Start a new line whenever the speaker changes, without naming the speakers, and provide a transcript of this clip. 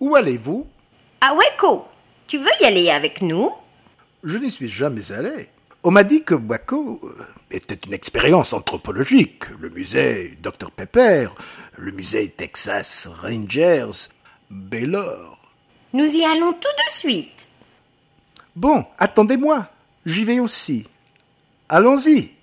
Où allez-vous
Ah Weko, tu veux y aller avec nous
Je n'y suis jamais allé. On m'a dit que Waco était une expérience anthropologique. Le musée Dr Pepper, le musée Texas Rangers, Baylor.
Nous y allons tout de suite.
Bon, attendez-moi. J'y vais aussi. Allons-y.